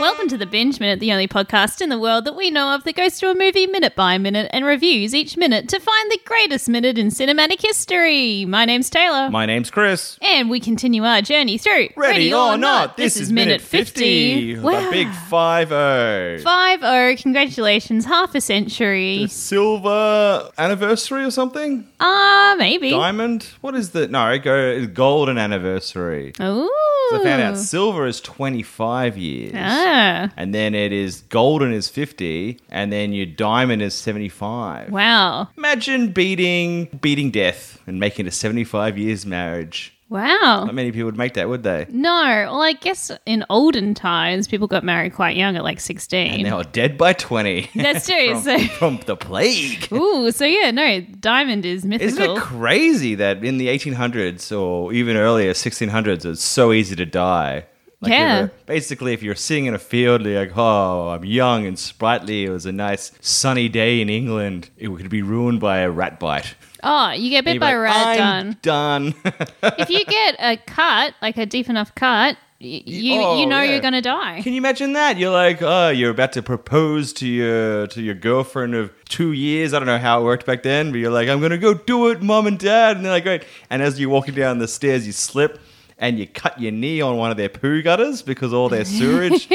Welcome to the Binge Minute, the only podcast in the world that we know of that goes through a movie minute by minute and reviews each minute to find the greatest minute in cinematic history. My name's Taylor. My name's Chris. and we continue our journey through. Ready or not, this is minute 50. The big oh. 5 0. 5 0, oh, congratulations, half a century. Silver anniversary or something? Ah, maybe. Diamond? What is the. No, go golden anniversary. Ooh. I found out silver is 25 years. Ah, And then it is golden is 50. And then your diamond is 75. wow. Imagine beating beating death and making it a 75 years marriage. Wow. Not many people would make that, would they? No, well, I guess in olden times, people got married quite young at like 16. And they are dead by 20. That's true. from, so, from the plague. ooh, so yeah, no, diamond is Isn't mythical. it crazy that in the 1800s or even earlier, 1600s, it's so easy to die? Like Yeah. you're- Basically, if you're sitting in a field, you're like, oh, I'm young and sprightly. It was a nice sunny day in England. It could be ruined by a rat bite. oh, you get And bit you're by a like, rat, "I'm done. done. if you get a cut, like a deep enough cut, y- you Oh, you know yeah. you're gonna die. Can you imagine that? You're like, oh, you're about to propose to your to your girlfriend of two years. I don't know how it worked back then, but you're like, I'm gonna go do it, mom and dad. And they're like, great. And as you're walking down the stairs, you slip and you cut your knee on one of their poo gutters because all their sewage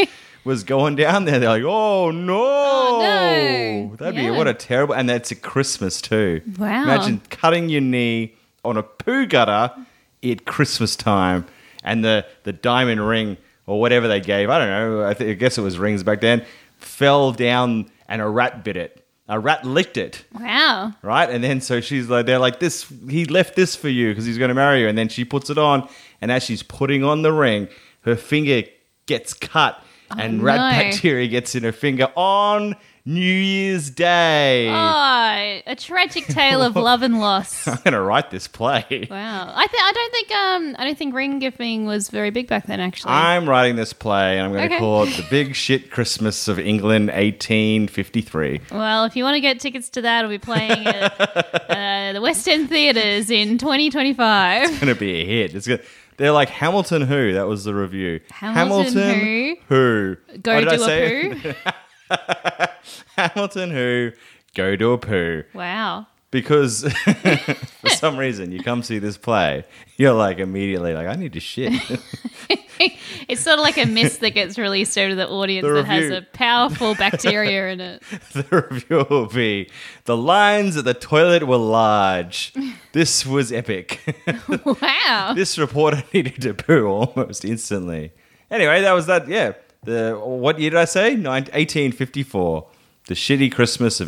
was going down there. They're like, oh no, Oh, no. that'd Yeah. be what a terrible. And that's at Christmas too. Wow. Imagine cutting your knee on a poo gutter at Christmas time, and the the diamond ring or whatever they gave, I don't know, I, th- I guess it was rings back then, fell down and a rat bit it. A rat licked it, Wow. right? And then so she's like, they're like, this. He left this for you because he's going to marry you. And then she puts it on, and as she's putting on the ring, her finger gets cut, and rat Oh, no. bacteria gets in her finger on New Year's Day. Oh, a tragic tale of love and loss. I'm going to write this play. Wow. I think I don't think um I don't think ring giving was very big back then actually. I'm writing this play and I'm going to Okay. call it The Big Shit Christmas of England 1853. well, if you want to get tickets to that, I'll be playing at uh, the West End Theatres in 2025. It's going to be a hit. It's gonna, they're like Hamilton who? That was the review. Hamilton who? What Go did I do say? a poo. Hamilton who? Go do a poo. Wow. Because for some reason you come see this play, you're like immediately like I need to shit. it's sort of like a mist that gets released over the audience The that has review. a powerful bacteria in it. the review will be the lines at the toilet were large. This was epic. Wow. this reporter needed to poo almost instantly. Anyway, that was that. Yeah. The what year did I say? Nine, 1854. The shitty Christmas of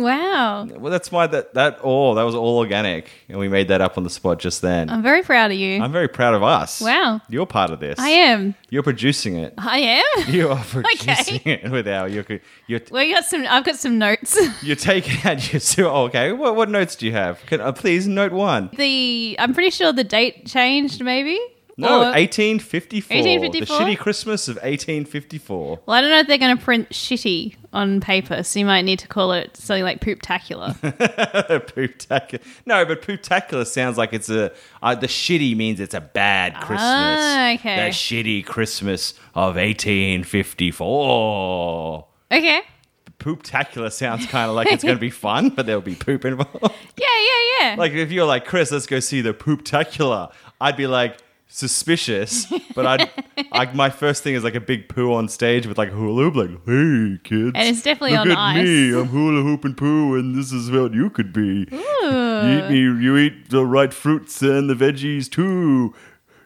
Wow. well, that's my that that all that was all organic, and we made that up on the spot just then. I'm very proud of you. I'm very proud of us. Um, Wow. you're part of this. I am. You're producing it. I am. You are producing it with our you're you're, Well, you got some. I've got some notes. you're taking out your so okay. What what notes do you have? Can uh, please note one. the I'm pretty sure the date changed. Maybe. No, Or- 1854. The 1854? shitty Christmas of 1854. well, I don't know if they're going to print shitty on paper, so you might need to call it something like pooptacular. Pooptacular. No, but pooptacular sounds like it's a. Uh, the shitty means it's a bad Christmas. Ah, okay. The shitty Christmas of 1854. okay. Pooptacular sounds kind of like it's going to be fun, but there'll be poop involved. Yeah, yeah, yeah. like if you're like Chris, let's go see the pooptacular. I'd be like suspicious, but I'd like my first thing is like a big poo on stage with like hula hoop, like hey kids, And it's definitely look on at me, ice. I'm hula hooping poo, and this is what you could be. You eat Ooh. me, you eat the right fruits and the veggies too.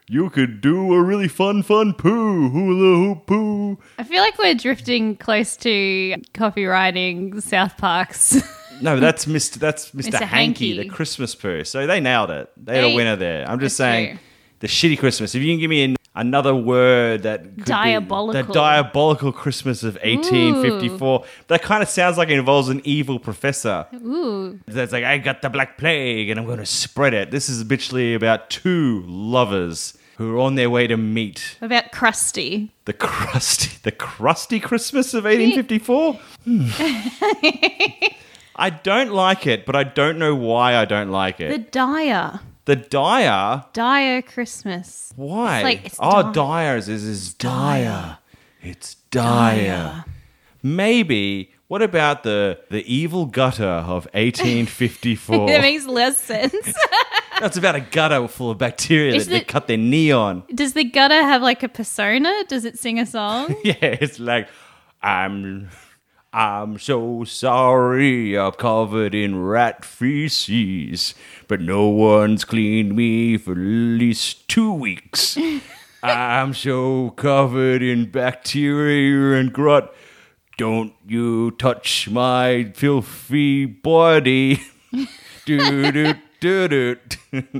You could do a really fun, fun poo, hula hoop poo. I feel like we're drifting close to copywriting South Park's. No, that's Mr. That's Mr. Mr. Hanky, Hanky. the Christmas poo. So they nailed it. They had a They- winner there. I'm just That's saying, true. the shitty Christmas. If you can give me an, another word that could be- Diabolical. the diabolical Christmas of 1854. That kind of sounds like it involves an evil professor Ooh. that's like, I got the black plague and I'm going to spread it. This is literally about two lovers who are on their way to meet. What about crusty? The crusty, the crusty Christmas of 1854. Hmm. I don't like it, but I don't know why I don't like The it. dire. The, dire, Dire Christmas. why? It's like- it's oh, dire. dire is is dire. It's dire. Maybe what about the the evil gutter of 1854? That makes less sense. That's about a gutter full of bacteria Is that they it- cut their knee on. Does the gutter have like a persona? Does it sing a song? Yeah, it's like I'm I'm so sorry I'm covered in rat feces, but no one's cleaned me for at least two weeks. I'm so covered in bacteria and grut. Don't you touch my filthy body. do do do do.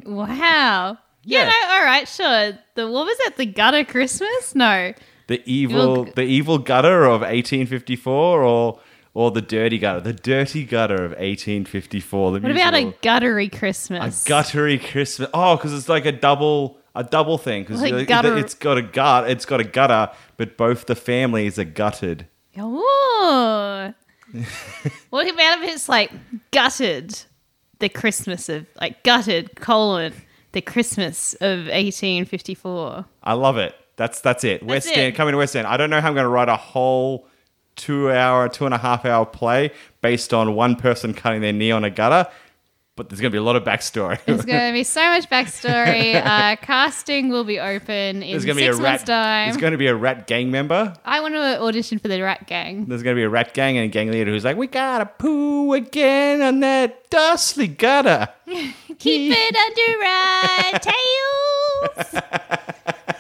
Wow. Yeah. Yeah. No, all right. Sure. The what was it? The gutter Christmas? No. The evil, the evil gutter of 1854, or or the dirty gutter, the dirty gutter of 1854. The What about a musical. guttery a Christmas? guttery Christmas? Oh, because it's like a double a double thing because Like gutter- it's got a gut, it's got a gutter, but both the families are gutted. Ooh. what about if it's like gutted the Christmas of like gutted colon the Christmas of 1854? I love it. That's that's it. West it. End coming to West End. I don't know how I'm going to write a whole two hour, two and a half hour play based on one person cutting their knee on a gutter, but there's going to be a lot of backstory. There's going to be so much backstory. Uh, casting will be open in There's six gonna be a months' rat. time. There's gonna be a rat gang member. I want to audition for the Rat Gang. There's gonna be a rat gang and a gang leader who's like, "We gotta poo again on that dustly gutter." Keep it under rat tails.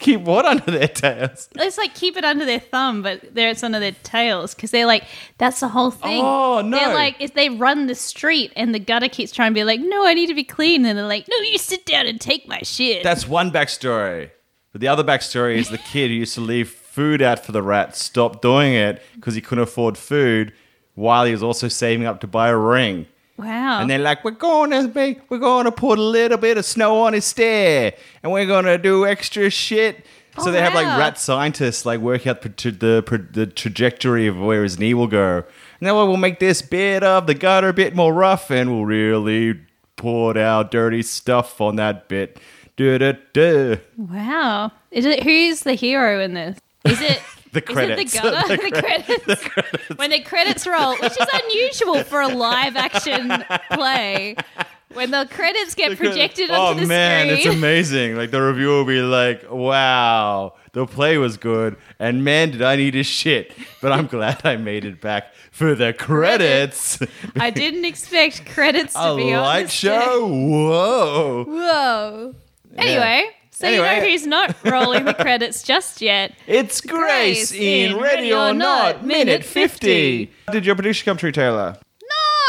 Keep what under their tails? It's like keep it under their thumb, but there it's under their tails because they're like, that's the whole thing. Oh, no. They're like, if they run the street and the gutter keeps trying to be like, no, I need to be clean, and they're like, no, you sit down and take my shit. That's one backstory. But the other backstory is the kid who used to leave food out for the rats stopped doing it because he couldn't afford food, while he was also saving up to buy a ring. wow. And they're like, we're gonna make, we're gonna put a little bit of snow on his stair, and we're gonna do extra shit. so Oh, they have like wow. rat scientists like work out the tra- the, pro- the trajectory of where his knee will go. And then we'll make this bit of the gutter a bit more rough, and we'll really pour our dirty stuff on that bit. Du-du-du. wow. Is it who's the hero in this? Is it The is credits. it the gutter? The The, credits. When the credits roll, which is unusual for a live action play. When the credits get projected oh onto the man, screen. it's amazing. Like the review will be like, wow, the play was good, and man, did I need a shit. But I'm glad I made it back for the credits. I didn't expect credits to a be on light this show. Whoa. Whoa. Anyway, so you know Anyway. he's not rolling the credits just yet. It's Grace, in Ready or Not, minute 50. Did your prediction come true, Taylor?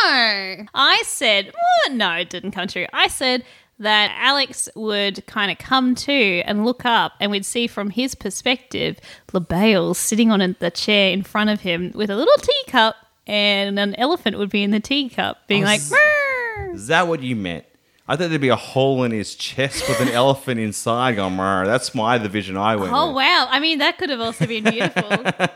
No. I said, well, no, it didn't come true. I said that Alex would kind of come to and look up, and we'd see from his perspective LaBelle sitting on the chair in front of him with a little teacup, and an elephant would be in the teacup, being like, Oh, s- "Meow." Is that what you meant? I thought there'd be a hole in his chest with an elephant inside. Going, "Mrr." that's my the vision I went. Oh, with. wow. I mean, that could have also been beautiful. And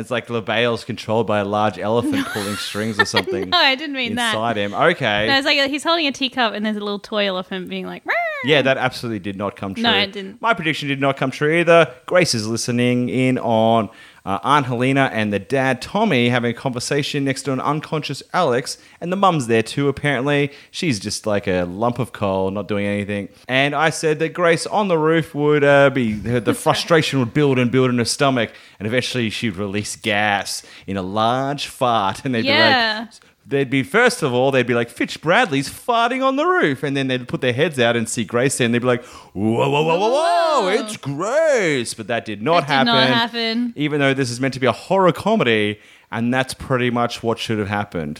it's like LaBelle's controlled by a large elephant pulling strings or something. no, I didn't mean that. inside him. Okay. No, it's like he's holding a teacup and there's a little toy elephant being like, "Meow." yeah, that absolutely did not come true. No, it didn't. My prediction did not come true either. Grace is listening in on uh, Aunt Helena and the dad, Tommy, having a conversation next to an unconscious Alex, and the mum's there too, apparently. She's just like a lump of coal, not doing anything. And I said that Grace on the roof would uh, be, the the frustration would build and build in her stomach, and eventually she'd release gas in a large fart, and they'd be Yeah. like, They'd be first of all, they'd be like Fitch Bradley's farting on the roof, and then they'd put their heads out and see Grace there, and they'd be like, "Whoa, whoa, whoa, whoa, whoa! Whoa. It's Grace!" But that did That not did happen. not happen. Even though this is meant to be a horror comedy, and that's pretty much what should have happened.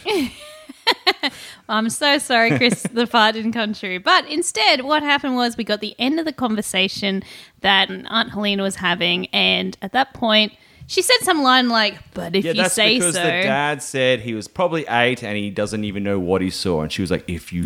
I'm so sorry, Chris, the fart didn't come true. But instead, what happened was we got the end of the conversation that Aunt Helena was having, and at that point, she said some line like, "But if yeah, you that's say so." because the dad said he was probably eight and he doesn't even know what he saw, and she was like, "If you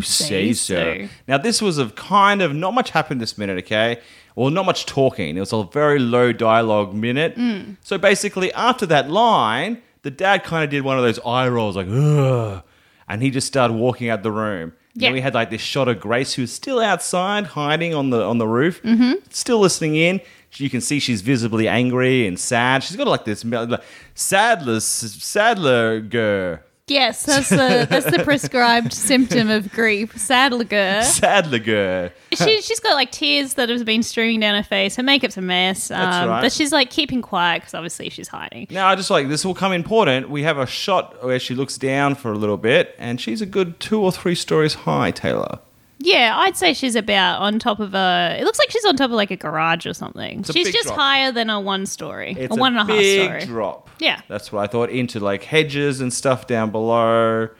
Say say, so. so. Now this was of kind of not much happened this minute, okay? Well, not much talking. It was a very low dialogue minute. So basically, after that line, the dad kind of did one of those eye rolls, like ugh, and he just started walking out the room. And then Yeah. we had like this shot of Grace, who's still outside, hiding on the on the roof, still listening in. you can see she's visibly angry and sad. She's got like this mel- like, sadler, sadler girl. Yes, that's the that's the prescribed symptom of grief. Sadliger. Sadler girl. She, she's got like tears that have been streaming down her face. Her makeup's a mess. Um, right. But she's like keeping quiet because obviously she's hiding. Now, I just like this will come important. We have a shot where she looks down for a little bit, and she's a good two or three stories high, Taylor. Yeah, I'd say she's about on top of a. It looks like she's on top of like a garage or something. a she's big just drop. higher than a one story, It's a one and a half big story. drop. Yeah. that's what I thought. Into like hedges and stuff down below,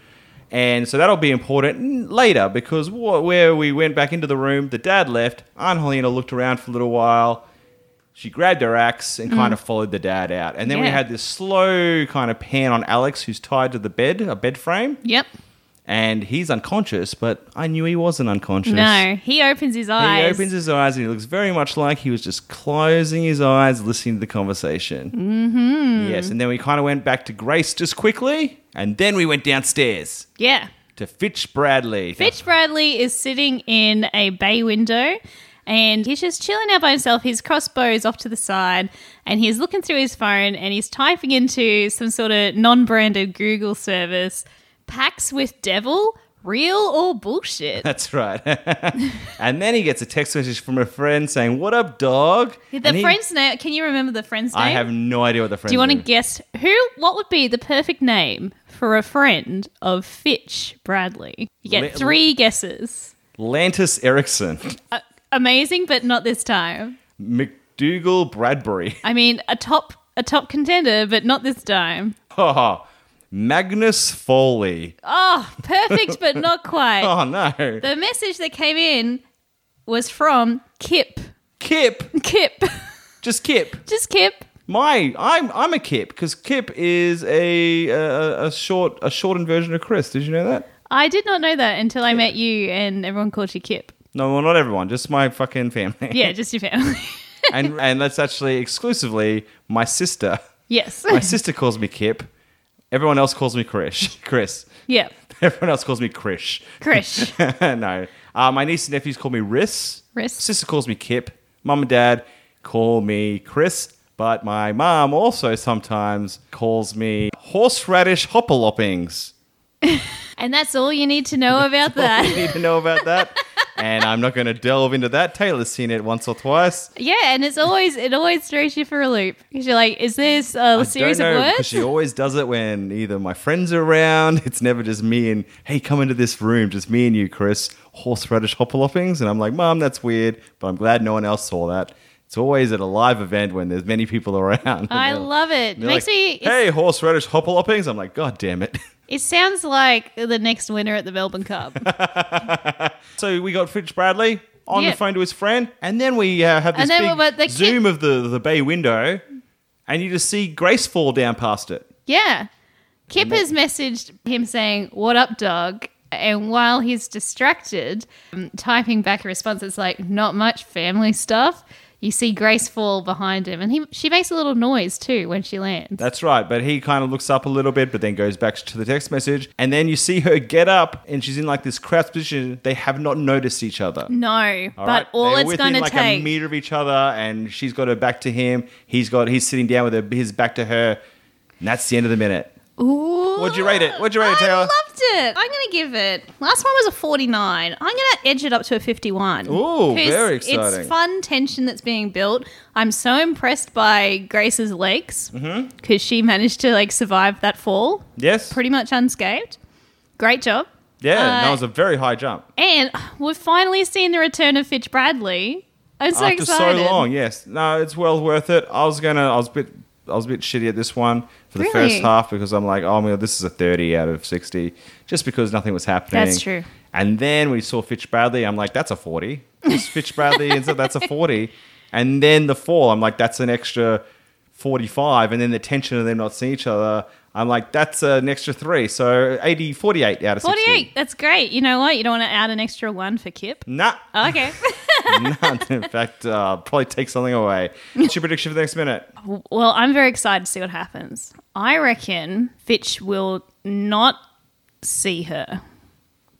and so that'll be important later because wh- where we went back into the room, the dad left. Aunt Helena looked around for a little while. She grabbed her axe and kind of followed the dad out, and then we Mm. Yeah. had this slow kind of pan on Alex, who's tied to the bed, a bed frame, Yep. and he's unconscious. But I knew he wasn't unconscious. No, he opens his eyes. He opens his eyes and he looks very much like he was just closing his eyes, listening to the conversation. Mm-hmm. Yes, and then we kind of went back to Grace just quickly, and then we went downstairs yeah. to Fitch Bradley. Fitch Bradley is sitting in a bay window and he's just chilling out by himself. His crossbow is off to the side and he's looking through his phone and he's typing into some sort of non branded Google service packs with devil, real or bullshit. That's right. and then he gets a text message from a friend saying, "What up, dog?" The And he- friend's name, can you remember the friend's name? I have no idea what the friend. Do you want to guess who, what would be the perfect name for a friend of Fitch Bradley? You Li- get three guesses. Lantis Erickson, Uh, amazing, but not this time. McDougal Bradbury, I mean, a top a top contender, but not this time. Oh, Magnus Foley. Oh, perfect, but not quite. Oh no, The message that came in was from Kip. Kip, Kip, just Kip. just Kip. My, I'm I'm a Kip because Kip is a, a a short a shortened version of Chris. Did you know that? I did not know that until I met you, and everyone called you Kip. No, well, not everyone, just my fucking family. Yeah, just your family. and and that's actually exclusively my sister. yes. My sister calls me Kip. Everyone else calls me Chris. Chris. yeah. Everyone else calls me Krish. Krish. no, uh, my niece and nephews call me Riss. Riss. Sister calls me Kip. Mum and dad call me Chris. But my mom also sometimes calls me horseradish hopaloppings. And that's all you need to know about you that. need to know about that. and I'm not going to delve into that. Taylor's seen it once or twice. Yeah, and it's always it always throws you for a loop because you're like, is this a series Don't of know words? because she always does it when either my friends are around. It's never just me and hey, come into this room, just me and you, Chris. Horseradish hopaloppings, and I'm like, Mom, that's weird, but I'm glad no one else saw that. It's always at a live event when there's many people around. I And they're- love it. they're Makes like, me it's- hey, horseradish hopaloppings. I'm like, God damn it. It sounds like the next winner at the Melbourne Cup. So we got Fitch Bradley on Yeah. the phone to his friend, and then we uh, have this And then big we- but the kid- zoom of the, the bay window, and you just see Grace fall down past it. yeah. Kip has messaged him saying, What up, dog? And while he's distracted, um, typing back a response that's like, Not much family stuff. You see Grace fall behind him, and he, she makes a little noise too when she lands. That's right, but he kind of looks up a little bit, but then goes back to the text message, and then you see her get up, and she's in like this crouched position. They have not noticed each other. No, but right? all They're it's going within to like a take. meter of each other, and she's got her back to him. He's got he's sitting down with her, his back to her, and that's the end of the minute. Ooh. What'd you rate it? What'd you rate it, I Taylor? loved it. I'm going to give it. Last one was a 49. I'm going to edge it up to a 51. Ooh, 'Cause very exciting. It's fun tension that's being built. I'm so impressed by Grace's legs because Mm-hmm. she managed to like survive that fall Yes, pretty much unscathed. Great job. yeah, uh, that was a very high jump. And we've finally seen the return of Fitch Bradley. I'm so after excited. so long. Yes, no, it's well worth it. I was gonna, I was a bit, I was a bit shitty at this one for the Really? first half because I'm like, oh my god, this is a thirty out of sixty, just because nothing was happening. That's true. And then we saw Fitch Bradley. I'm like, that's a forty. It's Fitch Bradley, and so that's a forty. And then the fall, I'm like, that's an extra forty-five. And then the tension of them not seeing each other. I'm like, that's an extra three. So 80, 48 out of 60. 48. That's great. You know what? You don't want to add an extra one for Kip. Nah. Okay. nah. In fact, uh, probably take something away. What's your prediction for the next minute? Well, I'm very excited to see what happens. I reckon Fitch will not see her,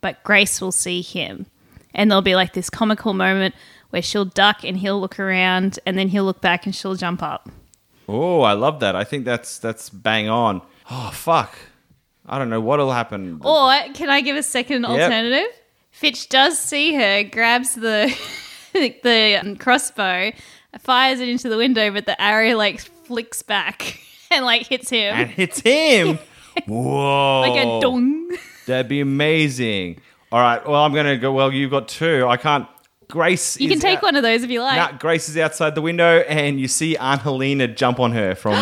but Grace will see him. And there'll be like this comical moment where she'll duck and he'll look around and then he'll look back and she'll jump up. Oh, I love that. I think that's that's bang on. Oh fuck. I don't know what'll happen. Or can I give a second alternative? Fitch does see her, grabs the the um, crossbow, fires it into the window, but the arrow like flicks back and like hits him And oh. it's him. Whoa. like a dong. That'd be amazing. All right. Well, I'm gonna go. Well, you've got two. I can't. Grace. You is can take out- one of those if you like. Nah, Grace is outside the window, and you see Aunt Helena jump on her from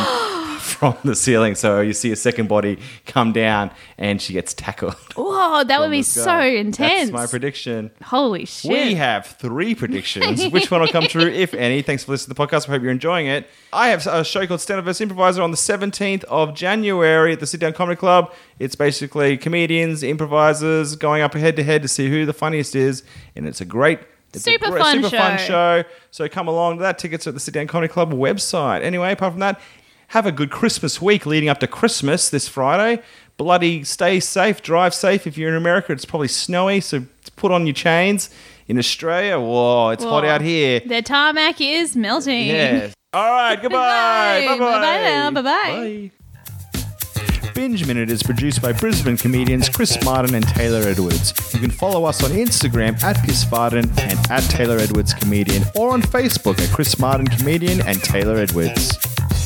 from the ceiling. So you see a second body come down, and she gets tackled. Whoa, that would from be the sky. so intense. Oh That's my prediction. Holy shit. We have three predictions. Which one will come true, if any? Thanks for listening to the podcast. We hope you're enjoying it. I have a show called Stand Up vs. Improviser on the 17th of January at the Sit Down Comedy Club. It's basically comedians, improvisers going up head to head to see who the funniest is, and it's a great. It's a Super great- fun super fun show. show. So come along to that. Tickets are at the Sit Down Comedy Club website. Anyway, apart from that, have a good Christmas week leading up to Christmas this Friday. Bloody stay safe, drive safe. If you're in America, it's probably snowy, so put on your chains. In Australia, whoa, it's hot Whoa. out here. The tarmac is melting. Yes. All right, goodbye. Goodbye. Bye-bye now. Bye-bye. Bye-bye. Bye. Binge Minute is produced by Brisbane comedians Chris Martin and Taylor Edwards. You can follow us on Instagram at Chris Martin and at Taylor Edwards Comedian or on Facebook at Chris Martin Comedian and Taylor Edwards.